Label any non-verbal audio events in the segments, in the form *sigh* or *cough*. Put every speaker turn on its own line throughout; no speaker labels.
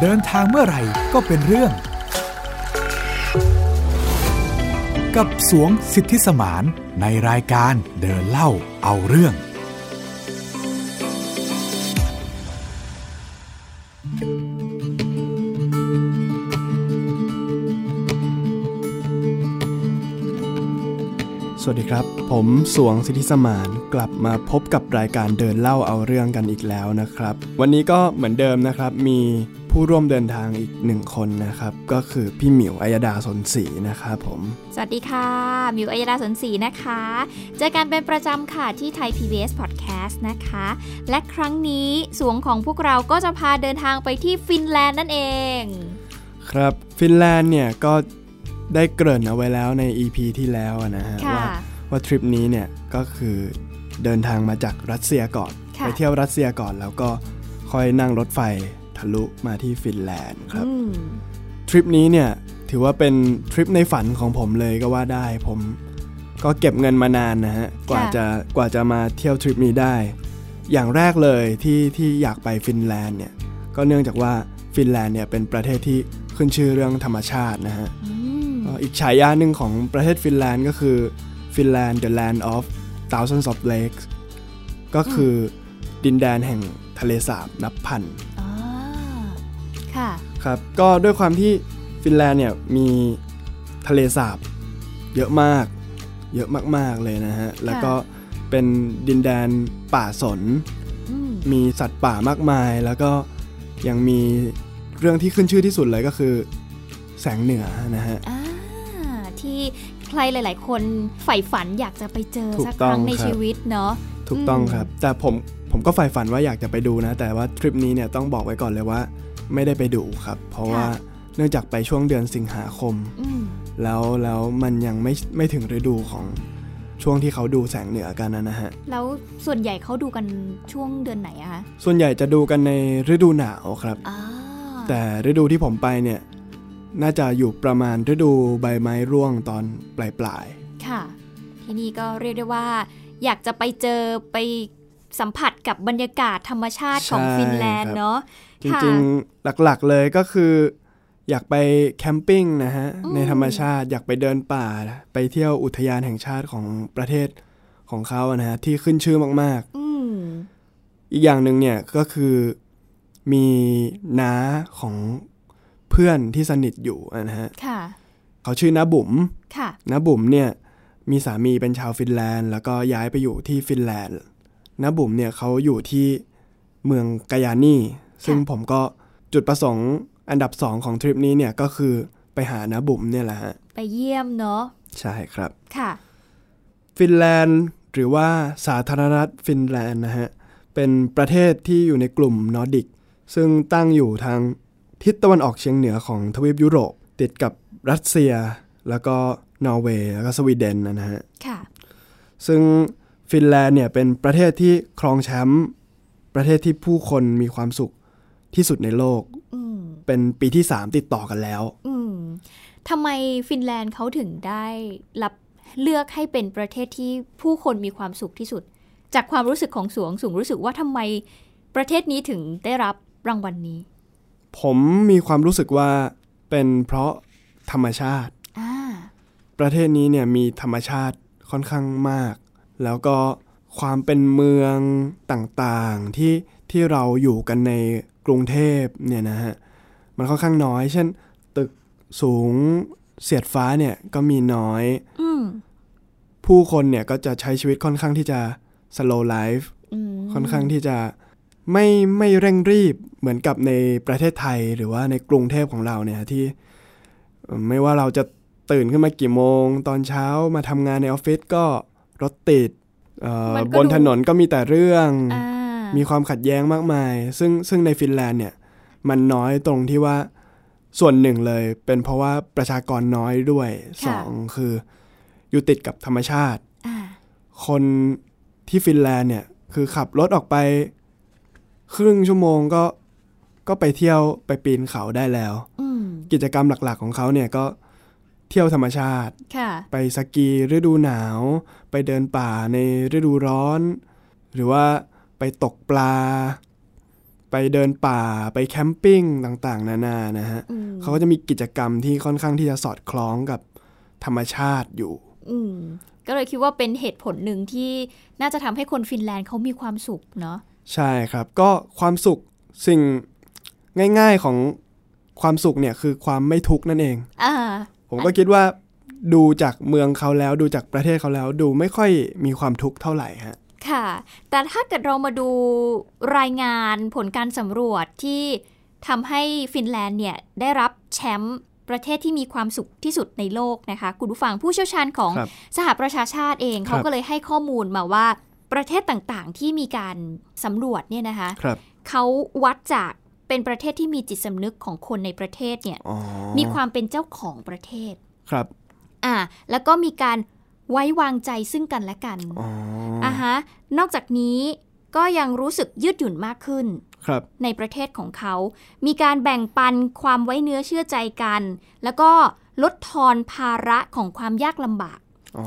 เดินทางเมื่อไหร่ก็เป็นเรื่อง กับสวงสิทธิสมานในรายการเดินเล่าเอาเรื่อง
สวัสดีครับ ผมสวงสิทธิสมานกลับมาพบกับรายการเดินเล่าเอาเรื่องกันอีกแล้วนะครับ วันนี้ก็เหมือนเดิมนะครับ มีผู้ร่วมเดินทางอีกหนึ่งคนนะครับ ก็คือพี่หมิวอัยดาสนศรีนะครับผม
สวัสดีค่ะ มิวอัยดาสนศรีนะคะ เจอกันเป็นประจำค่ะที่ไทย PBS Podcast นะคะ และครั้งนี้สวงของพวกเราก็จะพาเดินทางไปที่ฟินแลนด์นั่นเอง
ครับฟินแลนด์เนี่ยก็ได้เกริ่นเอาไว้แล้วใน EP ที่แล้วอะนะฮะ
ค่ะ
ว่าว่าทริปนี้เนี่ยก็คือเดินทางมาจากรัสเซียก่อน
ค่ะ
ไปเที่ยวรัสเซียก่อนแล้วก็ค่อยนั่งรถไฟทะลุมาที่ฟินแลนด์ครับ
อืม
ทริปนี้เนี่ยถือว่าเป็นทริปในฝันของผมเลยก็ว่าได้ผมก็เก็บเงินมานานนะฮะกว่าจะกว่าจะมาเที่ยวทริปนี้ได้ อย่างแรกเลยที่ที่อยากไปฟินแลนด์เนี่ยก็เนื่องจากว่าฟินแลนด์เนี่ยเป็นประเทศที่ขึ้นชื่อเรื่องธรรมชาตินะฮะ
อืม
เอ่ออีกฉายาหนึ่งของประเทศฟินแลนด์ก็คือฟินแลนด์ the land of thousands of lakes ก็คือดินแดนแห่งทะเลสาบนับพัน
อ๋อ ค่ะ
ครับก็ด้วยความที่ฟินแลนด์เนี่ยมีทะเลสาบเยอะมาก เยอะมากๆเลยนะฮะ แล้วก็เป็นดินแดนป่าสน
อืม
มีสัตว์ป่ามากมาย แล้วก็ยังมีเรื่องที่ขึ้นชื่อที่สุดเลยก็คือแสงเหนือนะฮะ
อ่า ที่ใครหลาย ๆ คนใฝ่ฝันอยากจะไปเจอ
ถูก
สักครั้
ต้อง ง
ใน
ครับ
ชีวิตเนาะ
ถูกต้อง
อืม
ครับ แต่ผมผมก็ใฝ่ฝันว่าอยากจะไปดูนะ แต่ว่าทริปนี้เนี่ยต้องบอกไว้ก่อนเลยว่าไม่ได้ไปดูครับ เพราะว่าเนื่องจากไปช่วงเดือนสิงหาคม
อืม
แล้วแล้วมันยังไม่ไม่ถึงฤดูของช่วงที่เขาดูแสงเหนือกันนะนะฮะ
แล้วส่วนใหญ่เขาดูกันช่วงเดือนไหนอะคะ
ส่วนใหญ่จะดูกันในฤดูหนาวครับ
อ่า
แต่ฤดูที่ผมไปเนี่ย น่าจะอยู่ประมาณฤดูใบไม้ร่วงตอนปลายปลาย
ค่ะ ที่นี่ก็เรียกได้ว่า อยากจะไปเจอไปสัมผัสกับบรรยากาศธรรมชาติของฟินแลนด์เนาะ
ๆจริงๆหลักๆเลยก็คือ อยากไปแคมปิ้งนะฮะ
อืม
ในธรรมชาติอยากไปเดินป่า ไปเที่ยวอุทยานแห่งชาติของประเทศของเขาอะนะฮะที่ขึ้นชื่อมากๆ
อืม
อีกอย่างหนึ่งเนี่ยก็คือมีน้าของเพื่อนที่สนิทอยู่อะนะฮะ
ค่ะ
เขาชื่อน้าบุ๋ม
ค่ะ
น้าบุ๋มเนี่ยมีสามีเป็นชาวฟินแลนด์ แล้วก็ย้ายไปอยู่ที่ฟินแลนด์น้าบุ๋มเนี่ยเขาอยู่ที่เมืองกายานีซึ่งผมก็จุดประสงค์อันดับสองของทริปนี้เนี่ยก็คือไปหาน้าบุ๋มเนี่ยแหละฮะ
ไปเยี่ยมเนาะ
ใช่ครับ
ค่ะ
ฟินแลนด์หรือว่าสาธารณรัฐฟินแลนด์นะฮะ เป็นประเทศที่อยู่ในกลุ่มนอร์ดิก ซึ่งตั้งอยู่ทางทิศตะวันออกเฉียงเหนือของทวีปยุโรป ติดกับรัสเซีย แล้วก็นอร์เวย์แล้วก็สวีเดนนะฮะ
ค่ะ
ซึ่งฟินแลนด์เนี่ยเป็นประเทศที่ครองแชมป์ประเทศที่ผู้คนมีความสุขที่สุดในโลก
อืม
เป็นปีที่ 3 ติดต่อกันแล้ว
อืมทำไมฟินแลนด์เขาถึงได้รับเลือกให้เป็นประเทศที่ผู้คนมีความสุขที่สุด จากความรู้สึกของสวงสูงรู้สึกว่าทำไมประเทศนี้ถึงได้รับรางวัลนี้
ผมมีความรู้สึกว่าเป็นเพราะธรรมชาติ
อ่า
ประเทศนี้เนี่ยมีธรรมชาติค่อนข้างมาก แล้วก็ความเป็นเมืองต่างๆที่ที่เราอยู่กันในกรุงเทพเนี่ยนะฮะมันค่อนข้างน้อย เช่น ตึกสูงเสียดฟ้าเนี่ยก็มีน้อย
อืม
ผู้คนเนี่ยก็จะใช้ชีวิตค่อนข้างที่จะ slow life
อืม
ค่อนข้างที่จะไม่ไม่เร่งรีบเหมือนกับในประเทศไทยหรือว่าในกรุงเทพของเราเนี่ยที่เอ่อไม่ว่าเราจะตื่นขึ้นมากี่โมง ตอนเช้ามาทำงานในออฟฟิศก็รถติดเอ่อ
มันก็
บน
ดู
ถนนก็มีแต่เรื่อง
อ่า
มีความขัดแย้งมากมาย ซึ่งซึ่งในฟินแลนด์เนี่ยมันน้อยตรงที่ว่าส่วนหนึ่งเลย เป็นเพราะว่าประชากรน้อยด้วยสองคืออยู่ติดกับธรรมชาติ
อ่า
คนที่ฟินแลนด์เนี่ยคือขับรถออกไป ครึ่งชั่วโมงก็ก็ไปเที่ยวไปปีนเขาได้แล้ว
อืม
กิจกรรมหลักๆของเขาเนี่ยก็เที่ยวธรรมชาติ
ค่ะ
ไปสกีฤดูหนาว ไปเดินป่าในฤดูร้อน หรือว่าไปตกปลา ไปเดินป่าไปแคมปิ้งต่างๆ นานานะฮะ
อืม
เขาก็จะมีกิจกรรมที่ค่อนข้างที่จะสอดคล้องกับธรรมชาติอยู่
อืมก็เลยคิดว่าเป็นเหตุผลหนึ่งที่น่าจะทำให้คนฟินแลนด์เขามีความสุขเนาะ
ใช่ครับ ก็ความสุขสิ่งง่ายๆของความสุขเนี่ยคือความไม่ทุกข์นั่นเอง
อ่า
ผมก็คิดว่าดูจากเมืองเขาแล้วดูจากประเทศเขาแล้ว ดูไม่ค่อยมีความทุกข์เท่าไหร่ฮะ
ค่ะ แต่ถ้าเกิดเรามาดูรายงานผลการสำรวจที่ทำให้ฟินแลนด์เนี่ยได้รับแชมป์ประเทศที่มีความสุขที่สุดในโลกนะคะ คุณผู้ฟังผู้เชี่ยวชาญของ
ครับ
สหประชาชาติเอง
ครับ
เขาก็เลยให้ข้อมูลมาว่าประเทศต่างๆ ที่มีการสำรวจเนี่ยนะคะ
ครับ
เขาวัดจากเป็นประเทศที่มีจิตสำนึกของคนในประเทศเนี่ย
อ๋อ
มีความเป็นเจ้าของประเทศ
ครับ
อ่าแล้วก็มีการไว้วางใจซึ่งกันและกัน
อ๋ออ
อ่ะฮะ นอกจากนี้ก็ยังรู้สึกยืดหยุ่นมากขึ้น
ครับ
ในประเทศของเขา มีการแบ่งปันความไว้เนื้อเชื่อใจกัน แล้วก็ลดทอนภาระของความยากลำบาก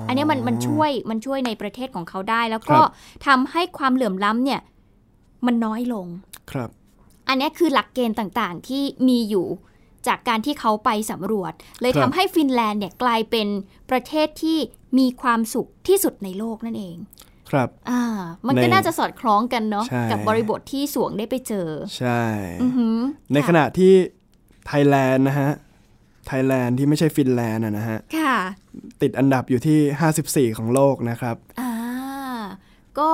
อันเนี้ยมันมันช่วยมันช่วยในประเทศของเขาได้ แล้ว
ค
ก็
รับ
ทำให้ความเหลื่อมล้ำเนี่ยมันน้อยลง
ครับ
อันเนี้ยคือหลักเกณฑ์ต่างๆที่มีอยู่จากการที่เขาไปสำรวจ เลย
ครับ
ทำให้ฟินแลนด์เนี่ยกลายเป็นประเทศที่มีความสุขที่สุดในโลกนั่นเอง
ครับ
อ่ามันก็
ใน
น่าจะสอดคล้องกันเนาะ
ใช่
กับบริบทที่สวงได้ไปเจอ
ใช่
อือหือ
ในขณะที่ไทยแลนด์นะฮะไทยแลนด์ที่ไม่ใช่ฟินแลนด์อะนะฮะ
ค่ะ
ติดอันดับอยู่ที่ 54 ของโลกนะครับ
อ่าก็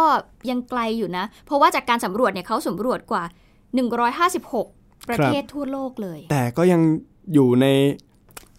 ยังไกลอยู่นะ เพราะว่าจากการสำรวจเนี่ยเขาสำรวจกว่า 156 ประเทศทั่วโลกเลย
แต่ก็ยังอยู่ใน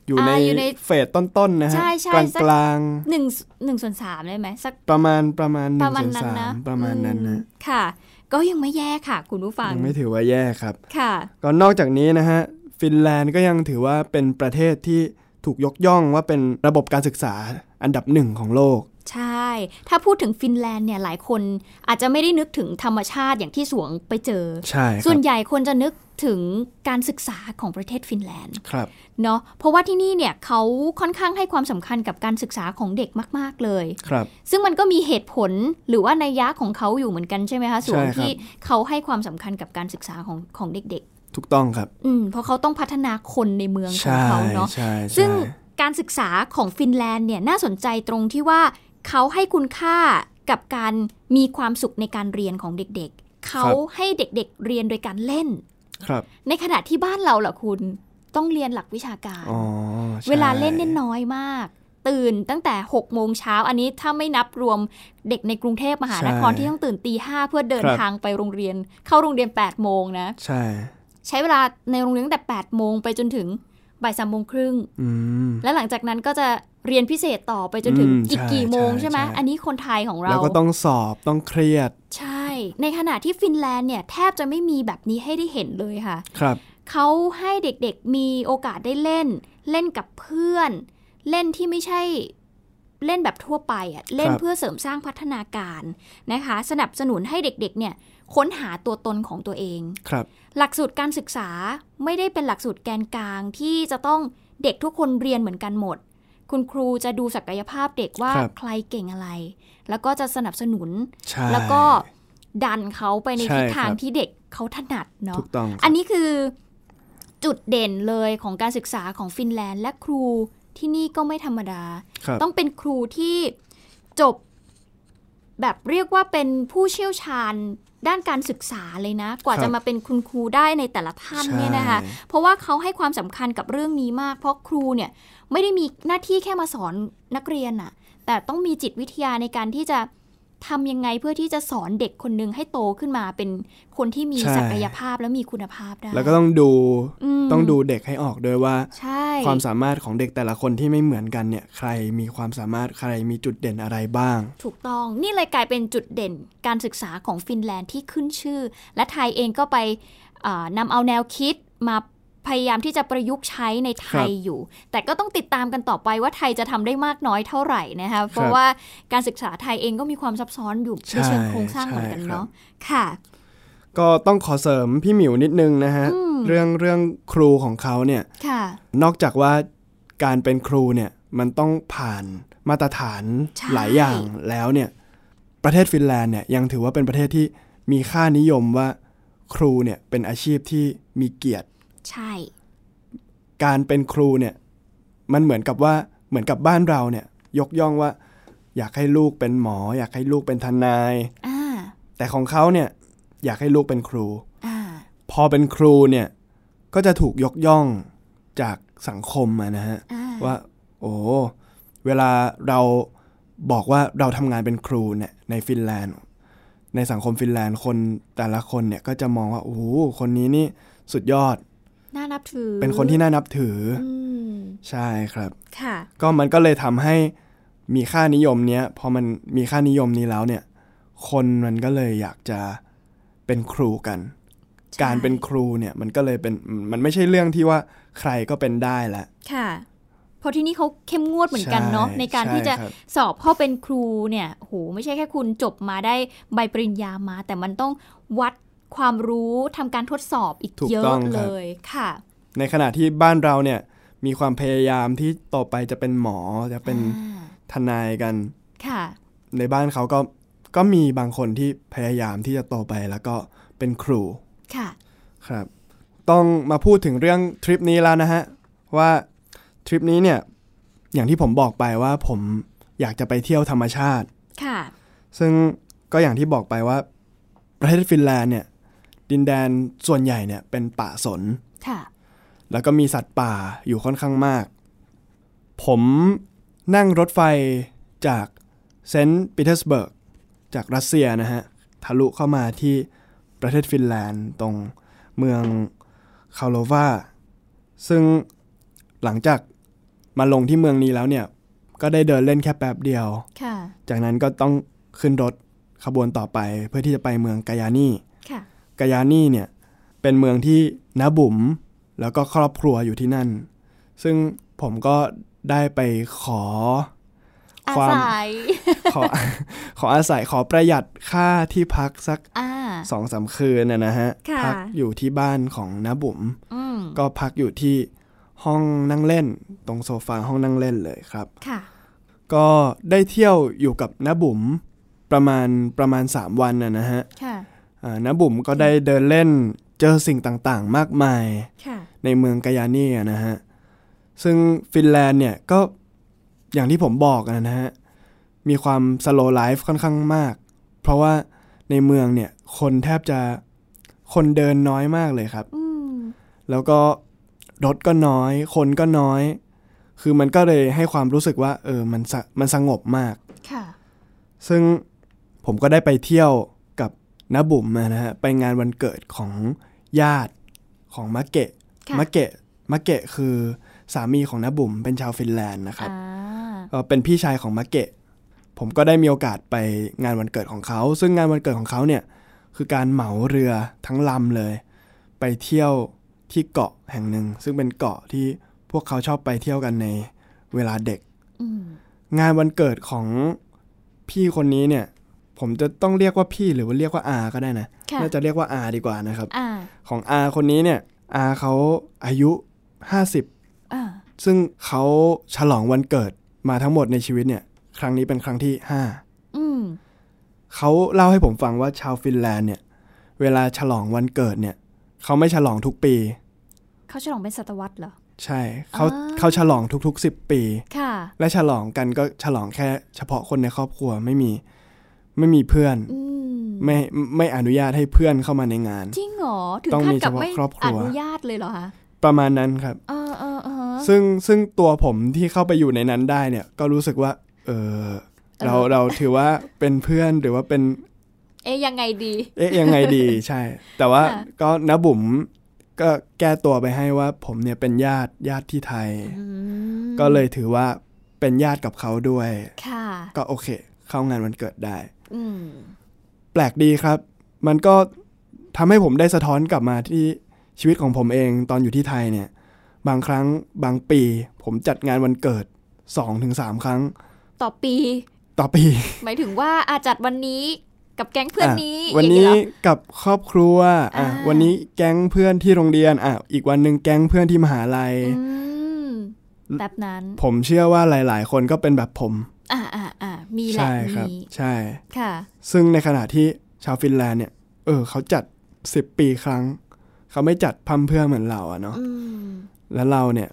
อยู่ใน
อ่าอยู่ใน
เฟสต้นๆนะฮะ
ใช่ใช่
กลาง
สัก
กลาง
หนึ่งหนึ่งส่วนสามได้ไหมสัก
ๆประมาณประมาณห
ป
นึ่ง
ระมาณ
ส่วน
นั้น
สา
นะ
มประมาณนั้น
อื
นะ
ค่ะ ก็ยังไม่แย่ค่ะ คุณผู้ฟัง
ยังไม่ถือว่าแย่ครับ
ค่ะ
ก็นอกจากนี้นะฮะฟินแลนด์ก็ยังถือว่าเป็นประเทศที่ถูกยกย่องว่าเป็นระบบการศึกษาอันดับหนึ่งของโลก
ใช่ ถ้าพูดถึงฟินแลนด์เนี่ยหลายคนอาจจะไม่ได้นึกถึงธรรมชาติอย่างที่สวงไปเจอ
ใช่ค
ส่
รั
วน
บ
ใหญ่คนจะนึกถึงการศึกษาของประเทศฟินแลนด์
ครับ
เนาะเพราะว่าที่นี่เนี่ยเขาค่อนข้างให้ความสำคัญกับการศึกษาของเด็กมาก ๆ เลย
ครับ
ซึ่งมันก็มีเหตุผลหรือว่านัยยะของเขาอยู่เหมือนกันใช่ไหมคะส่วน
ใช่ครับ
ที่เขาให้ความสำคัญกับการศึกษาของของเด็ก
ถูกต้องครับ
ๆอืมเพราะเขาต้องพัฒนาคนในเมืองของ
ใช่
เขาเนาะ
ใช่ใช่
ซึ่งการศึกษาของฟินแลนด์เนี่ยน่าสนใจตรงที่ว่าเขาให้คุณค่ากับการมีความสุขในการเรียนของเด็กๆ เขาให้เด็กๆเรียนโดยการเล่น
ครับ
ในขณะที่บ้านเราล่ะคุณต้องเรียนหลักวิชาการ
อ๋อใช่
เวลาเล่นเน่นน้อยมาก ตื่นตั้งแต่6โมงเช้าอันนี้ถ้าไม่นับรวมเด็กในกรุงเทพมหานคร
ใช่
ที่ต้องตื่นตีห้าเพื่อเดิน
ครับ
ทางไปโรงเรียน เข้าโรงเรียน8โมงนะ
ใช่
ใช้เวลาในโรงเรียนตั้งแต่8โมงไปจนถึงบ่ายสามโมงครึ่ง
อืม
และหลังจากนั้นก็จะเรียนพิเศษต่อไปจนถึง
อืม
อีก
ใช่
กี่โมง
ใช่
ใช่ไหม
ใช่
อันนี้คนไทยของเรา
แล้วก็ต้องสอบต้องเครียด
ใช่ ในขณะที่ฟินแลนด์เนี่ยแทบจะไม่มีแบบนี้ให้ได้เห็นเลยค่ะ
ครับ
เขาให้เด็กๆมีโอกาสได้เล่น เล่นกับเพื่อน เล่นที่ไม่ใช่เล่นแบบทั่วไปอะเล่นเพื่อเสริมสร้างพัฒนาการนะคะ สนับสนุนให้เด็กๆเนี่ยค้นหาตัวตนของตัวเอง
ครับ
หลักสูตรการศึกษาไม่ได้เป็นหลักสูตรแกนกลางที่จะต้องเด็กทุกคนเรียนเหมือนกันหมด คุณครูจะดูศักยภาพเด็กว่า
ครับ
ใครเก่งอะไร แล้วก็จะสนับสนุน
ใช่
แล้วก็ดันเขาไปในทิศ
ใช่
ทาง
ครับ
ที่เด็กเขาถนัดเนาะ
ถูกต้องครับ
อันนี้คือจุดเด่นเลยของการศึกษาของฟินแลนด์และครูที่นี่ก็ไม่ธรรมดา
ครับ
ต้องเป็นครูที่จบแบบเรียกว่าเป็นผู้เชี่ยวชาญด้านการศึกษาเลยนะ กว่าจะมาเป็นคุณครูได้ในแต่ละท่านเนี่ยนะคะ
ใช่
เพราะว่าเขาให้ความสำคัญกับเรื่องนี้มาก เพราะครูเนี่ยไม่ได้มีหน้าที่แค่มาสอนนักเรียนอะแต่ต้องมีจิตวิทยาในการที่จะทำยังไงเพื่อที่จะสอนเด็กคนหนึงให้โตขึ้นมาเป็นคนที่มีศักยภาพและมีคุณภาพได้
แล้วก็ต้องดู
ม
ต้องดูเด็กให้ออกด้วยว่า
ใช่
ความสามารถของเด็กแต่ละคนที่ไม่เหมือนกันเนี่ยใครมีความสามารถใครมีจุดเด่นอะไรบ้าง
ถูกต้องนี่เลยกลายเป็นจุดเด่นการศึกษาของฟินแลนด์ที่ขึ้นชื่อ และไทยเองก็ไปเอ่อนำเอาแนวคิดมาพยายามที่จะประยุกต์ใช้ในไทย
ครับ
อยู่ แต่ก็ต้องติดตามกันต่อไปว่าไทยจะทำได้มากน้อยเท่าไหร่นะคะเพ
ค
ราะ
รับ
ว่าการศึกษาไทยเองก็มีความซับซ้อนอยู่ในเชิงโครงสร้างเหมือนกัน
ใช่
เนาะค่ะ
ก็ต้องขอเสริมพี่หมิวนิดนึงนะฮะ
อืม
เรื่องเรื่องครูของเขาเนี่ย
ค่ะ
นอกจากว่าการเป็นครูเนี่ยมันต้องผ่านมาตรฐาน
ใช่
หลายอย่างแล้วเนี่ยประเทศฟินแลนด์เนี่ยยังถือว่าเป็นประเทศที่มีค่านิยมว่า ครูเนี่ยเป็นอาชีพที่มีเกียรติ
ใช่
การเป็นครูเนี่ยมันเหมือนกับว่าเหมือนกับบ้านเราเนี่ยยกย่องว่า อยากให้ลูกเป็นหมอ อยากให้ลูกเป็นทนาย
อ่า
แต่ของเขาเนี่ยอยากให้ลูกเป็นครู
อ่า
พอเป็นครูเนี่ยก็จะถูกยกย่องจากสังคมอะนะฮะ
อ่า
ว่า โอ้เวลาเราบอกว่าเราทำงานเป็นครูเนี่ยในฟินแลนด์ ในสังคมฟินแลนด์คนแต่ละคนเนี่ยก็จะมองว่าโอ้โหคนนี้นี่สุดยอด
น่านับถือ
เป็นคนที่น่านับถืออ
อืม
ใช่ครับ
ค่ะ
ก็มันก็เลยทำให้มีค่านิยมเนี้ยพอมันมีค่านิยมนี้แล้วเนี่ย คนมันก็เลยอยากจะเป็นครูกัน
ใช่
การเป็นครูเนี่ยมันก็เลยเป็นมันไม่ใช่เรื่องที่ว่าใครก็เป็นได้ละ
ค่ะเพราะที่นี่เขาเข้มงวดเหมือนกัน
ใช่
เนาะในการ
ใช่
ที่จะ
ครับ
สอบพ่อเป็นครูเนี่ยโหไม่ใช่แค่คุณจบมาได้ใบปริญญามา แต่มันต้องวัดความรู้ทำการทดสอบอีก
ถูก
เย
ต้
อะ
องครับ
เลยค่ะ
ในขณะที่บ้านเราเนี่ยมีความพยายามที่ต่อไปจะเป็นหมอจะเป็น
อ่า
ทนายกัน
ค่ะ
ในบ้านเขาก็ก็มีบางคนที่พยายามที่จะโตไปแล้วก็เป็นครู
ค่ะ
ครับ ต้องมาพูดถึงเรื่องทริปนี้แล้วนะฮะ ว่าทริปนี้เนี่ยอย่างที่ผมบอกไปว่าผมอยากจะไปเที่ยวธรรมชาติ
ค่ะ
ซึ่งก็อย่างที่บอกไปว่า ประเทศฟินแลนด์เนี่ยดินแดนส่วนใหญ่เนี่ยเป็นป่าสน
ค่ะ
แล้วก็มีสัตว์ป่าอยู่ค่อนข้างมาก ผมนั่งรถไฟจากเซนต์ปีเตอร์สเบิร์กจากรัสเซียนะฮะ ทะลุเข้ามาที่ประเทศฟินแลนด์ตรงเมืองคาโลวาซึ่งหลังจากมาลงที่เมืองนี้แล้วเนี่ย ก็ได้เดินเล่นแค่แป๊บเดียว
ค่ะ
จากนั้นก็ต้องขึ้นรถขบวนต่อไปเพื่อที่จะไปเมืองกายานี่
ค่ะ
กายานี่เนี่ยเป็นเมืองที่น้าบุ๋มแล้วก็ครอบครัวอยู่ที่นั่น ซึ่งผมก็ได้ไปขอ *laughs*
อา
ความ
ศัย
ขอ *laughs* ขออาศัยขอประหยัดค่าที่พักสัก
อ่า
สองสามคืนนะนะฮะ
ค่ะ
พัอยู่ที่บ้านของน้าบุ๋ม
อืม
ก็พักอยู่ที่ห้องนั่งเล่น ตรงโซฟาห้องนั่งเล่นเลยครับ
ค่ะ
ก็ได้เที่ยวอยู่กับน้าบุ๋มประมาณประมาณ 3 วันนะนะฮะ
ค่ะ
อ่าน้าบุ๋มก็ได้เดินเล่นเจอสิ่งต่างๆ มากมาย
ค่ะ
ในเมืองกายานี่อะนะฮะ ซึ่งฟินแลนด์เนี่ยก็อย่างที่ผมบอกอะนะฮะ มีความสโล w l ไลฟ์ค่อนข้างมาก เพราะว่าในเมืองเนี่ย คนแทบจะคนเดินน้อยมากเลยครับ
อืม
แล้วก็รถก็น้อย คนก็น้อย คือมันก็เลยให้ความรู้สึกว่า เออมันสะมันสงบมาก
ค่ะ
ซึ่งผมก็ได้ไปเที่ยวกับน้าบุ๋มอะนะฮะ ไปงานวันเกิดของญาติของมะเกะ
ค่ะ
มะเกะมะเกะคือสามีของน้าบุ๋มเป็นชาวฟินแลนด์นะครับ
อ่า
เอ่อเป็นพี่ชายของมะเกะ ผมก็ได้มีโอกาสไปงานวันเกิดของเขา ซึ่งงานวันเกิดของเขาเนี่ยคือการเหมาเรือทั้งลำเลย ไปเที่ยวที่เกาะแห่งหนึ่ง ซึ่งเป็นเกาะที่พวกเขาชอบไปเที่ยวกันในเวลาเด็ก
อืม
งานวันเกิดของพี่คนนี้เนี่ย ผมจะต้องเรียกว่าพี่หรือว่าเรียกว่าอาก็ได้นะ
ค่ะ
น่าจะเรียกว่าอาดีกว่านะครับ
อ่า
ของอาคนนี้เนี่ยอาเขาอายุ 50
อ่า
ซึ่งเขาฉลองวันเกิดมาทั้งหมดในชีวิตเนี่ย ครั้งนี้เป็นครั้งที่
อืม
5เขาเล่าให้ผมฟังว่าชาวฟินแลนด์เนี่ย เวลาฉลองวันเกิดเนี่ย เขาไม่ฉลองทุกปี
เขาฉลองเป็นศตวรรษเหรอ
ใช่เขา
อ่า
เขาฉลองทุกๆ 10 ปี
ค่ะ
และฉลองกันก็ฉลองแค่เฉพาะคนในครอบครัวไม่มีไม่มีเพื่อน
อืม
ไม่ไม่อนุญาตให้เพื่อนเข้ามาในงาน
จริงเหรอ ถึง
ต้อง
ขั้น
มี
กับ
เฉพาะ
ไม่
ครอบครั
อ
ว
นุญาตเลยเหรอคะ
ประมาณนั้นครับ
เออเออเออ
ซึ่งซึ่งตัวผมที่เข้าไปอยู่ในนั้นได้เนี่ย ก็รู้สึกว่า เออเราเราถือว่าเป็นเพื่อนหรือว่าเป็น
เอ๊ยยังไงดี
เอ๊ะยังไง
*laughs*
ดี ใช่ แต่ว่า
ค่ะ
ก็นะบุ๋มก็แก้ตัวไปให้ว่า ผมเนี่ยเป็นญาติญาติที่ไทย
อืม
ก็เลยถือว่าเป็นญาติกับเขาด้วย
ค่ะ
ก็โอเค เข้างานวันเกิดได้
อืม
แปลกดีครับ มันก็ทำให้ผมได้สะท้อนกลับมาที่ชีวิตของผมเองตอนอยู่ที่ไทยเนี่ย บางครั้งบางปี ผมจัดงานวันเกิด2-3ถึง3ครั้ง
ต่อปี
ต่อปี
หมายถึงว่าอาจัดวันนี้กับแก๊งเพื่อนะ นี้
วัน
อย่าง
นี้
เหรอ
กับครอบครัว
อ่า
อ่ะวันนี้แก๊งเพื่อนที่โรงเรียนอ่ะอีกวันหนึ่งแก๊งเพื่อนที่มหาลัย
อืมแบบนั้น
ผมเชื่อว่าหลาย ๆ คนก็เป็นแบบผม
อ่าอ่าอ่ามีแหละ
ใช่ครับ
มี
ใช่
ค่ะ
ซึ่งในขณะที่ชาวฟินแลนด์เนี่ย เออ เขาจัด สิบปีครั้ง เขาไม่จัดพร่ำเพรื่อเหมือนเราอะเนาะ
อืม
แล้วเราเนี่ย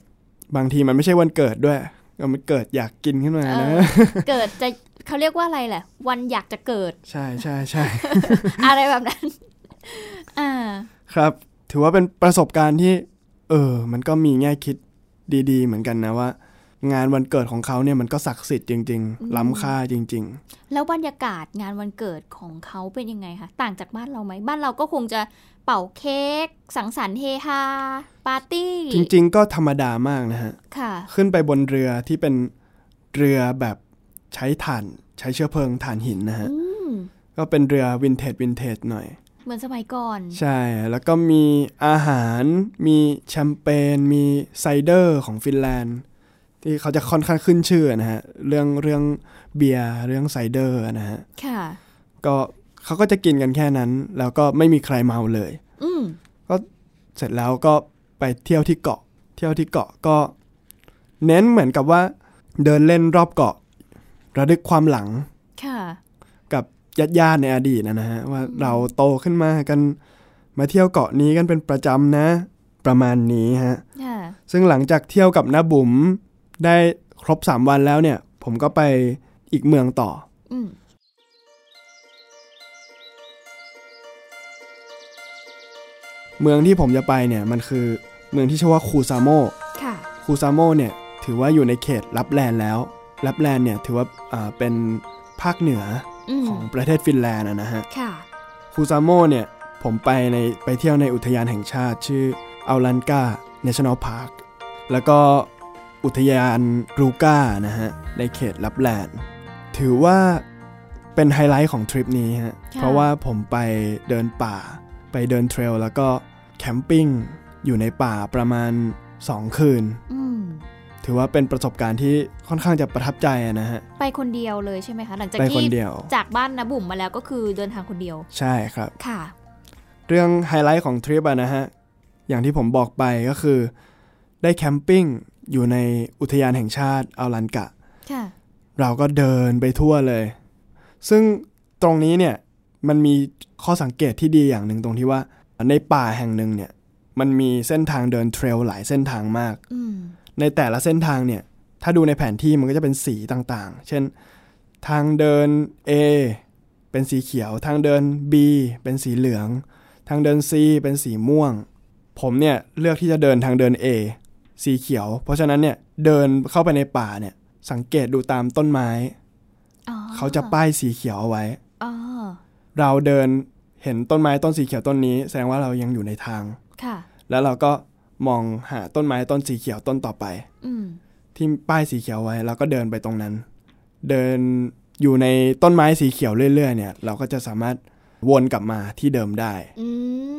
บางทีมันไม่ใช่วันเกิดด้วย ก็มันเกิดอยากกินขึ้นมา
เอ
นะ
อ เกิดจะเขาเรียกว่าอะไรแหละวันอยากจะเกิด *laughs*
ใช่ใช่ใช่
อะไรแบบนั้น อ่า
ครับ ถือว่าเป็นประสบการณ์ที่ เออ มันก็มีแง่คิดดี ๆ เหมือนกันนะว่า งานวันเกิดของเขาเนี่ยมันก็ศักดิ์สิทธิ์จริง ๆ ล้ำค่าจริง ๆ
แล้วบรรยากาศงานวันเกิดของเขาเป็นยังไงคะต่างจากบ้านเราไหมบ้านเราก็คงจะเป่าเค้กสังสรรค์เฮฮาปาร์ตี้
จริงๆ ก็ธรรมดามากนะฮะ
ค่ะ
ขึ้นไปบนเรือที่เป็นเรือแบบใช้ถ่าน ใช้เชื้อเพลิงถ่านหินนะฮะ
อืม
ก็เป็นเรือวินเทจวินเทจหน่อย
เหมือนสมัยก่อน
ใช่ แล้วก็มีอาหาร มีแชมเปญ มีไซเดอร์ของฟินแลนด์ ที่เขาจะค่อนข้างขึ้นชื่อนะฮะ เรื่องเรื่องเบียร์ เรื่องไซเดอร์นะฮะ
ค่ะ
ก็เขาก็จะกินกันแค่นั้น แล้วก็ไม่มีใครเมาเลย
อืม
เสร็จแล้วก็ไปเที่ยวที่เกาะ เที่ยวที่เกาะก็ เน้นเหมือนกับว่า เดินเล่นรอบเกาะ ระลึกความหลัง
ค่ะ
กับญาติญาติๆในอดีตนะนะฮะว่าเราโตขึ้นมากันมาเที่ยวเกาะนี้กันเป็นประจำนะ ประมาณนี้ฮะ
ค่ะ
ซึ่งหลังจากเที่ยวกับน้าบุ๋มได้ครบ 3 วันแล้วเนี่ย ผมก็ไปอีกเมืองต่อ
อืม
เมืองที่ผมจะไปเนี่ยมันคือเมืองที่ชื่อว่าคูซาโม
ค่ะ
คูซาโมเนี่ยถือว่าอยู่ในเขตลับแลนด์แล้ว ลับแลนด์เนี่ยถือว่าอ่าเป็นภาคเหนือ
อืม
ของประเทศฟินแลนด์อะนะฮะ
ค่ะ
คูซาโมเนี่ยผมไปในไปเที่ยวในอุทยานแห่งชาติชื่ออัลันกา National Park แล้วก็อุทยานรูกานะฮะ ในเขตลับแลนด์ ถือว่าเป็นไฮไลท์ของทริปนี้ฮะ เพราะว่าผมไปเดินป่า ไปเดินเทรลแล้วก็แคมปิ้งอยู่ในป่าประมาณ 2 คืน
อืม
ถือว่าเป็นประสบการณ์ที่ค่อนข้างจะประทับใจอะนะฮะ
ไปคนเดียวเลยใช่ไหมคะ หลังจาก
ไปคน
ที่
เดียว
จากบ้านนะบุ๋มมาแล้วก็คือเดินทางคนเดียว
ใช่ครับ
ค่ะ
เรื่องไฮไลท์ของทริปอะนะฮะ อย่างที่ผมบอกไปก็คือ ได้แคมปิ้งอยู่ในอุทยานแห่งชาติอัลันกะ
ค่ะ
เราก็เดินไปทั่วเลย ซึ่งตรงนี้เนี่ยมันมีข้อสังเกตที่ดีอย่างหนึ่งตรงที่ว่าในป่าแห่งหนึ่งเนี่ยมันมีเส้นทางเดินเทรลหลายเส้นทางมาก
อืม
ในแต่ละเส้นทางเนี่ย ถ้าดูในแผนที่มันก็จะเป็นสีต่างๆ เช่น ทางเดิน A เป็นสีเขียว ทางเดิน B เป็นสีเหลือง ทางเดิน C เป็นสีม่วง ผมเนี่ยเลือกที่จะเดินทางเดิน A สีเขียว เพราะฉะนั้นเนี่ยเดินเข้าไปในป่าเนี่ย สังเกตดูตามต้นไม้
อ๋อ
เขาจะป้ายสีเขียวเอาไว้
อ๋อ
เราเดินเห็นต้นไม้ต้นสีเขียวต้นนี้ แสดงว่าเรายังอยู่ในทาง
ค่ะ
แล้วเราก็มองหาต้นไม้ต้นสีเขียวต้นต่อไป
อืม
ที่ป้ายสีเขียวไว้เราก็เดินไปตรงนั้น เดินอยู่ในต้นไม้สีเขียวเรื่อย ๆ เนี่ย เราก็จะสามารถวนกลับมาที่เดิมได้
อื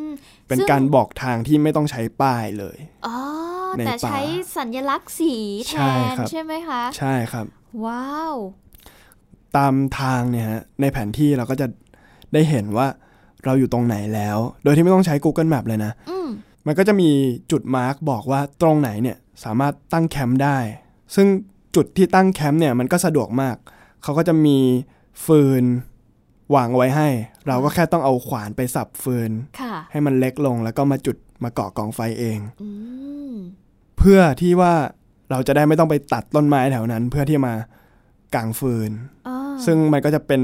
ม
เป็น
ซึ่ง
การบอกทางที่ไม่ต้องใช้ป้ายเลย
อ๋อ
ใน
แต่
ป่า
ใช้สัญลักษณ์สีแท
ใช่
น
ครับ
ใช่ไหมคะ
ใช่ครับ
ว้าว
ตามทางเนี่ยฮะในแผนที่เราก็จะได้เห็นว่าเราอยู่ตรงไหนแล้ว โดยที่ไม่ต้องใช้ Google Map เลยนะ
อืม
มันก็จะมีจุดมาร์กบอกว่าตรงไหนเนี่ยสามารถตั้งแคมป์ได้ ซึ่งจุดที่ตั้งแคมป์เนี่ยมันก็สะดวกมาก เขาก็จะมีฟืนวางไว้ให้ เราก็แค่ต้องเอาขวานไปสับฟืน
ค่ะ
ให้มันเล็กลงแล้วก็มาจุดมาก่อกองไฟเอง
อืม
เพื่อที่ว่าเราจะได้ไม่ต้องไปตัดต้นไม้แถวนั้น เพื่อที่มากางฟืน
อ๋อ
ซึ่งมันก็จะเป็น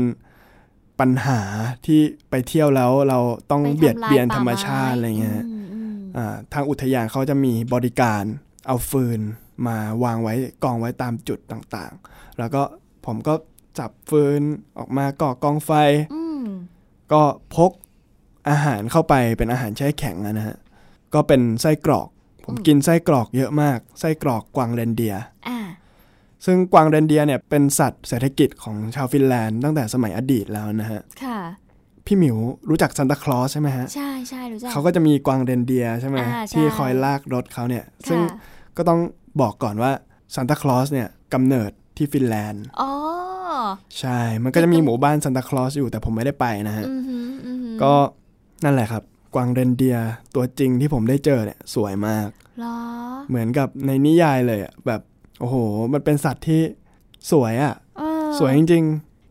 ปัญหาที่ไปเที่ยวแล้วเราต้อง
ไปทำลา
เบียดเบียน
ป่า
ธรรมชาติอะไรเงี้ยฮะ
มอืม
อ่าทางอุทยานเขาจะมีบริการเอาฟืนมาวางไว้กองไว้ตามจุดต่างๆ แล้วก็ผมก็จับฟืนออกมาก่อกองไฟ
อืม
ก็พกอาหารเข้าไปเป็นอาหารแช่แข็งอะนะฮะ ก็เป็นไส้กรอก ผมกินไส้กรอกเยอะมาก ไส้กรอกกวางเรนเดียร์
อ่า
ซึ่งกวางเรนเดียร์เนี่ยเป็นสัตว์เศรษฐกิจของชาวฟินแลนด์ตั้งแต่สมัยอดีตแล้วนะฮะ
ค่ะ
พี่หมิวรู้จักซันตาคลอสใช่ไหมฮะ
ใช่ใช่รู้จัก
เขาก็จะมีกวางเรนเดียร์ใช่ไหม
อ่าใช่
ที่คอยลากรถเขาเนี่ยซึ่ง
ค่ะ
ก็ต้องบอกก่อนว่าซานตาคลอสเนี่ยกำเนิดที่ฟินแลนด์
อ๋อ
ใช่ มันก็จะมีหมู่บ้านซานตาคลอสอยู่แต่ผมไม่ได้ไปนะฮะ
อืมฮึอืมฮึ
ก็นั่นแหละครับ กวางเรนเดียร์ตัวจริงที่ผมได้เจอเนี่ยสวยมาก
เหรอ
เหมือนกับในนิยายเลยอะแบบ โอ้โห มันเป็นสัตว์ที่สวยอะ่ะ
เออ
สวยจริง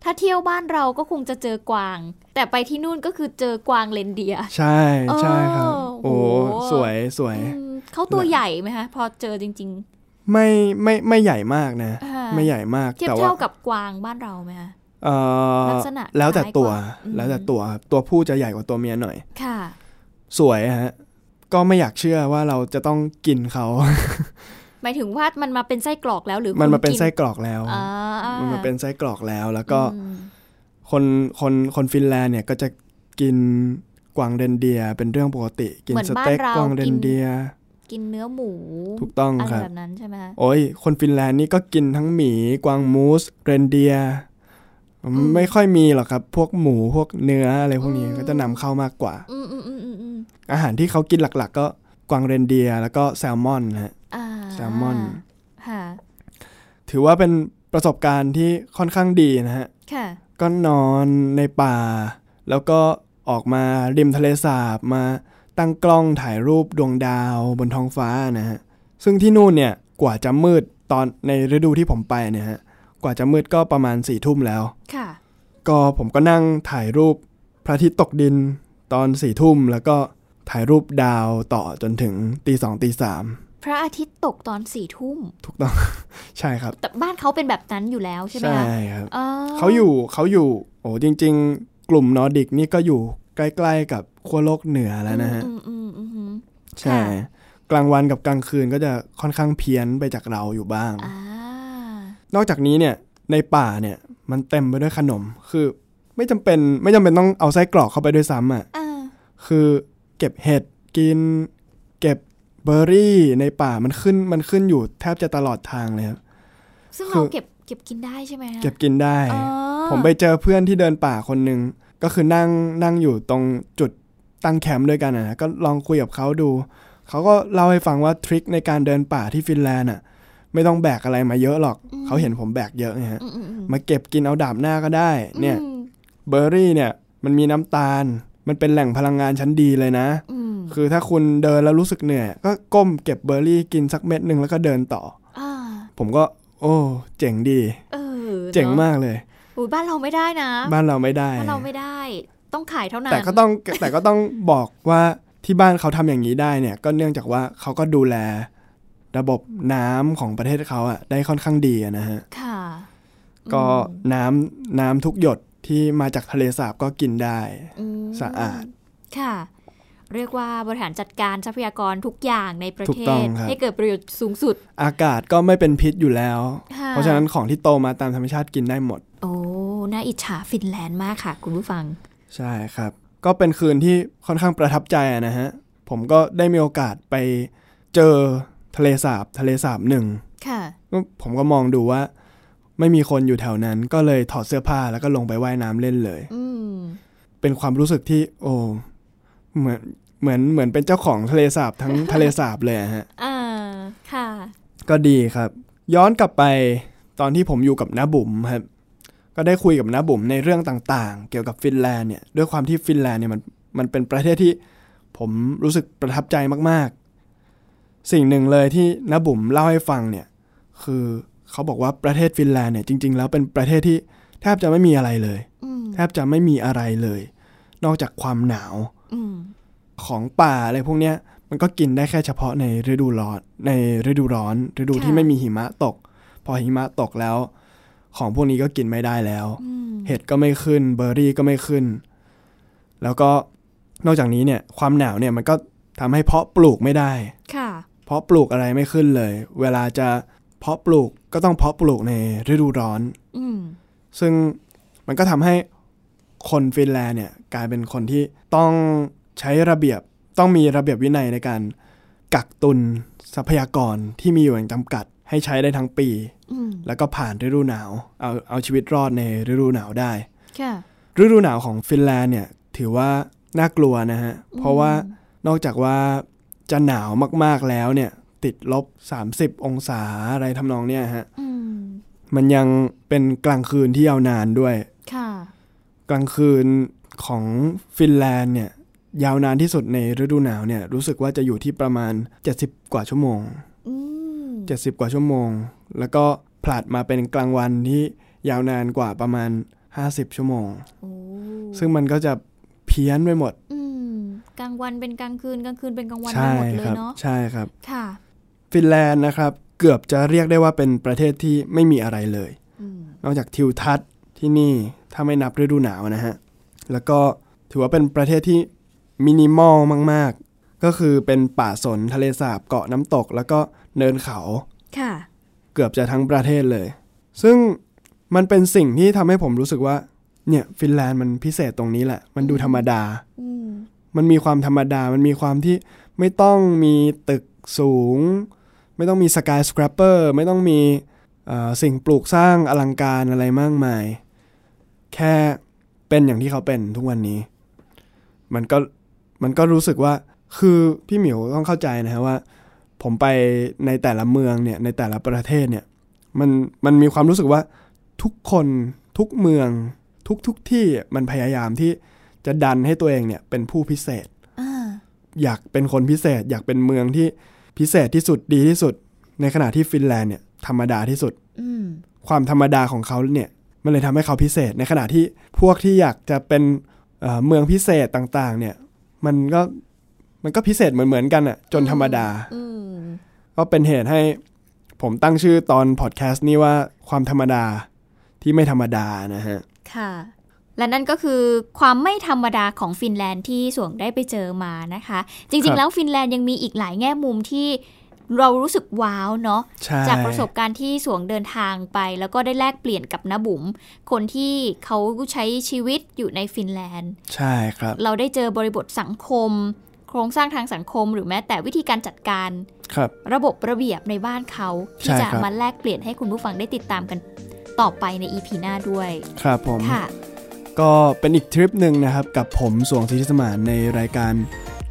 ถ้าเที่ยวบ้านเราก็คงจะเจอกวาง แต่ไปที่นู่นก็คือเจอกวางเลนเดีย
ใช่ใช่ครับ
โอ้
โอ้
โห
สวยสวย
อืมเขาตัวใหญ่ไหมคะพอเจอจริง
ไม่ไม่ไม่ใหญ่มากนะ
อ่า
ไม่ใหญ่มาก
ๆ เทียบ
แต่ว่า
เท่ากับกวางบ้านเราไหมคะ
เอ่อ
ลักษณะ
แล้วแต่ตัว
คล้ายกว่าอืม
แล้วแต่ตัวครับตัวผู้จะใหญ่กว่าตัวเมียหน่อย
ค่ะ
สวยฮะ ก็ไม่อยากเชื่อว่าเราจะต้องกินเขา
หมายถึงว่ามันมาเป็นไส้กรอกแล้วหรือ
มัน
คุณ
มาเป็น
กิ
ไส้กรอกแล้ว
อ่า
มันมาเป็นไส้กรอกแล้ว แล้วก็
อืม
คนคนคนฟินแลนด์เนี่ยก็จะกินกวางเรนเดียร์เป็นเรื่องปกติ กินสเต็กกวางเรนเดียร์
กินเนื้อหมู
ถูกต้อง
อะไร
ครับ
แบบนั้นใช่ไหมคะ
โอ้ย คนฟินแลนด์นี่ก็กินทั้งหมี กวางมูส เรนเดียร์ไม่ค่อยมีหรอกครับ พวกหมูพวกเนื้ออะไรพวกนี้
อืม
ก็จะนำเข้ามากกว่า
อืมอืมอืมอืมอืม
อาหารที่เขากินหลักๆ ก็กวางเรนเดียร์แล้วก็แซลมอนนะฮะ
อ่า
แซลมอน
ค่ะ
ถือว่าเป็นประสบการณ์ที่ค่อนข้างดีนะฮะ
ค่ะ
ก็นอนในป่า แล้วก็ออกมาริมทะเลสาบมาตั้งกล้องถ่ายรูปดวงดาวบนท้องฟ้านะฮะ ซึ่งที่นู่นเนี่ยกว่าจะมืดตอนในฤดูที่ผมไปเนี่ยฮะ กว่าจะมืดก็ประมาณสี่ทุ่มแล้ว
ค่ะ
ก็ผมก็นั่งถ่ายรูปพระอาทิตย์ตกดินตอนสี่ทุ่มแล้วก็ถ่ายรูปดาวต่อจนถึงตีสองตีสาม
พระอาทิตย์ตกตอนสี่ทุ่ม
ถูกต้อง *laughs* ใช่ครับ
แต่บ้านเขาเป็นแบบนั้นอยู่แล้วใช่ไหม
ใช่
คะ
ครับ
อ๋อ
เขาอยู่เขาอยู่โอ้จริง ๆ กลุ่มนอร์ดิกนี่ก็อยู่ใกล้ๆกับขั้วโลกเหนือแล้วนะฮะ
อืมอืมอืมอืม
ใช่
ค่ะ
กลางวันกับกลางคืนก็จะค่อนข้างเพี้ยนไปจากเราอยู่บ้าง
อ่าน
อกจากนี้เนี่ยในป่าเนี่ยมันเต็มไปด้วยขนม คือไม่จำเป็นไม่จำเป็นต้องเอาไส้กรอกเข้าไปด้วยซ้ำอ่ะ
อ่า
คือเก็บเห็ดกิน เก็บเบอร์รี่ในป่ามันขึ้นมันขึ้นอยู่แทบจะตลอดทางเลยครับ
ซึ่ง
คื
เรา
อ
เก็บเก็บกินได้ใช่ไหมคะ
เก็บกินได้
อ๋อ
ผมไปเจอเพื่อนที่เดินป่าคนหนึ่งก็คือนั่งนั่งอยู่ตรงจุดตั้งแคมป์ด้วยกันนะก็ลองคุยกับเขาดู เขาก็เล่าให้ฟังว่าทริคในการเดินป่าที่ฟินแลนด์อ่ะ ไม่ต้องแบกอะไรมาเยอะหรอก เขาเห็นผมแบกเยอะไงฮะ
อืมอืมอืม
มาเก็บกินเอาดาบหน้าก็ได้ เนี่ย
อืม
เบอร์รี่เนี่ยมันมีน้ำตาล มันเป็นแหล่งพลังงานชั้นดีเลยนะ
อืม
คือถ้าคุณเดินแล้วรู้สึกเหนื่อยก็ก้มเก็บเบอร์รี่กินสักเม็ดหนึ่งแล้วก็เดินต่อ
อ่า
ผมก็ โอ้ เจ๋งดี
เออ
เจ๋ง
นอะ
มากเลย
อุยบ้านเราไม่ได้นะ
บ้านเราไม่ได้
บ้านเราไม่ได้ ต้องขายเท่านั้น
แต่ก็ต้องแต่ก็ต้องบอกว่าที่บ้านเขาทำอย่างนี้ได้เนี่ย ก็เนื่องจากว่าเขาก็ดูแล ระบบน้ำของประเทศเขาอะได้ค่อนข้างดีอะนะฮะ
ค่ะ
ก็น้ำน้ำทุกหยดที่มาจากทะเลสาบก็กินได้
อืม
สะอาด
ค่ะ เรียกว่าบริหารจัดการทรัพยากรทุกอย่างในประ
ถู
เท
กต้อง
ศ
ครับ
ให้เกิดประโยชน์สูงสุด
อากาศก็ไม่เป็นพิษอยู่แล้ว
ค่ะ
เพราะฉะนั้นของที่โตมาตามธรรมชาติกินได้หมด
โอ้น่าอิจฉาฟินแลนด์มากค่ะ คุณผู้ฟัง
ใช่ครับ ก็เป็นคืนที่ค่อนข้างประทับใจอะนะฮะ ผมก็ได้มีโอกาสไปเจอทะเลสาบทะเลสาบหนึ่ง
ค่ะ
ผมก็มองดูว่า ไม่มีคนอยู่แถวนั้น ก็เลยถอดเสื้อผ้าแล้วก็ลงไปว่ายน้ำเล่นเลย
อืม
เป็นความรู้สึกที่ โอ้เหมือนเหมือนเหมือนเป็นเจ้าของทะเลสาบทั้ง ทะเลสาบเลยอะฮะ
อ่าค่ะ
ก็ดีครับ ย้อนกลับไปตอนที่ผมอยู่กับน้าบุ๋มครับ ก็ได้คุยกับน้าบุ๋มในเรื่องต่างๆ เกี่ยวกับฟินแลนด์เนี่ยด้วยความที่ฟินแลนด์เนี่ยมันมันเป็นประเทศที่ผมรู้สึกประทับใจมากๆ สิ่งหนึ่งเลยที่น้าบุ๋มเล่าให้ฟังเนี่ยคือเขาบอกว่าประเทศฟินแลนด์เนี่ยจริง ๆ แล้วเป็นประเทศที่แทบจะไม่มีอะไรเลย
อืม
แทบจะไม่มีอะไรเลย นอกจากความหนาว
อืม
ของป่าอะไรพวกเนี้ยมันก็กินได้แค่เฉพาะในฤดูร้อนในฤดูร้อน ฤดูที่ไม่มีหิมะตก พอหิมะตกแล้ว ของพวกนี้ก็กินไม่ได้แล้ว
อืม
เห็ดก็ไม่ขึ้น เบอร์รี่ก็ไม่ขึ้น แล้วก็นอกจากนี้เนี่ยความหนาวเนี่ยมันก็ทำให้เพาะปลูกไม่ได้
ค่ะ
เพาะปลูกอะไรไม่ขึ้นเลย เวลาจะเพาะปลูกก็ต้องเพาะปลูกในฤดูร้อน
อืม
ซึ่งมันก็ทำให้คนฟินแลนด์เนี่ยกลายเป็นคนที่ต้องใช้ระเบียบต้องมีระเบียบวินัยในการกักตุนทรัพยากรที่มีอยู่อย่างจำกัด ให้ใช้ได้ทั้งปี
อืม
แล้วก็ผ่านฤดูหนาวเอาเอาชีวิตรอดในฤดูหนาวได้
ค่ะ
ฤดูหนาวของฟินแลนด์เนี่ยถือว่าน่ากลัวนะฮะ เพราะว่านอกจากว่าจะหนาวมากๆแล้วเนี่ยติดลบ 30 องศาอะไรทำนองเนี่ยฮะ
อืม
มันยังเป็นกลางคืนที่ยาวนานด้วย
ค่ะ
กลางคืนของฟินแลนด์เนี่ยยาวนานที่สุดในฤดูหนาวเนี่ยรู้สึกว่าจะอยู่ที่ประมาณ 70 กว่าชั่วโมง
อืม
70 กว่าชั่วโมง แล้วก็ผลัดมาเป็นกลางวันที่ยาวนานกว่าประมาณ 50 ชั่วโมง
โอ้
ซึ่งมันก็จะเพี้ยนไปหมด
อืมกลางวันเป็นกลางคืนกลางคืนเป็นกลางวันไป
ใช่
หมดเล
ค
ย
รั
เนาะ
ใช่ครับ
ค่ะ
ฟินแลนด์นะครับ เกือบจะเรียกได้ว่าเป็นประเทศที่ไม่มีอะไรเลย
อืม
นอกจากทิวทัศน์ที่นี่ถ้าไม่นับฤดูหนาวนะฮะ แล้วก็ถือว่าเป็นประเทศที่มินิมอลมาก ๆ ก็คือเป็นป่าสนทะเลสาบเกาะน้ำตก แล้วก็เนินเขา
ค่ะ
เกือบจะทั้งประเทศเลย ซึ่งมันเป็นสิ่งที่ทำให้ผมรู้สึกว่า เนี่ย ฟินแลนด์มันพิเศษตรงนี้แหละ มันดูธรรมดา
อืม
มันมีความธรรมดา มันมีความที่ไม่ต้องมีตึกสูง ไม่ต้องมีสกายสครับเปอร์ ไม่ต้องมีเอ่อสิ่งปลูกสร้างอลังการอะไรมากมาย แค่เป็นอย่างที่เขาเป็นทุกวันนี้ มันก็มันก็รู้สึกว่า คือพี่หมิวต้องเข้าใจนะฮะว่า ผมไปในแต่ละเมืองเนี่ยในแต่ละประเทศเนี่ย มันมันมีความรู้สึกว่าทุกคนทุกเมืองทุกทุกที่มันพยายามที่จะดันให้ตัวเองเนี่ยเป็นผู้พิเศษ
อ่า
อยากเป็นคนพิเศษ อยากเป็นเมืองที่พิเศษที่สุดดีที่สุด ในขณะที่ฟินแลนด์เนี่ยธรรมดาที่สุด
อืม
ความธรรมดาของเขาเนี่ยมันเลยทำให้เขาพิเศษ ในขณะที่พวกที่อยากจะเป็นเอ่อเมืองพิเศษต่างๆเนี่ยมันก็มันก็พิเศษเหมือนๆกันอะ่ะจนธรรมดา
อืม
ก็เป็นเหตุให้ผมตั้งชื่อตอนพอดแคสต์นี้ว่าความธรรมดาที่ไม่ธรรมดานะฮะ
ค่ะ และนั่นก็คือความไม่ธรรมดาของฟินแลนด์ที่สวงได้ไปเจอมานะคะ
ค
จ
รั
ริง ๆ
บ
แล้วฟินแลนด์ยังมีอีกหลายแง่มุมที่เรารู้สึกว้าวเนาะ
ใช่
จากประสบการณ์ที่สวงเดินทางไป แล้วก็ได้แลกเปลี่ยนกับน้าบุ๋มคนที่เขาใช้ชีวิตอยู่ในฟินแลนด์
ใช่ครับ
เราได้เจอบริบทสังคม โครงสร้างทางสังคม หรือแม้แต่วิธีการจัดการ
ครับ
ระบบระเบียบในบ้านเขาที่
ใช่
จะ
ครับ
มาแลกเปลี่ยนให้คุณผู้ฟังได้ติดตามกันต่อไปใน EP หน้าด้วย
ครับผม
ค่ะ
ก็เป็นอีกทริปหนึ่งนะครับ กับผมสวงศิริสมานในรายการ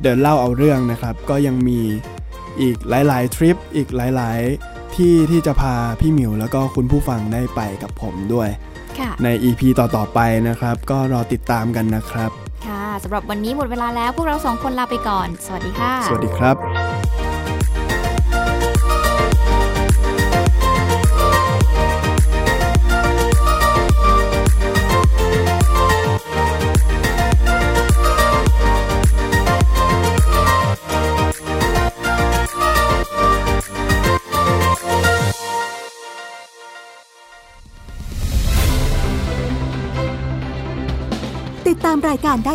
เดินเล่าเอาเรื่องนะครับ ก็ยังมีอีกหลายๆทริปอีกหลายๆ ที่ที่จะพาพี่หมิวแล้วก็คุณผู้ฟังได้ไปกับผมด้วย
ค่ะ
ใน EP ต่อๆไปนะครับ ก็รอติดตามกันนะครับ
ค่ะสำหรับวันนี้หมดเวลาแล้วพวกเราสองคนลาไปก่อน สวัสดีค่ะ
สวัสดีครับ
ติดตามรายการได้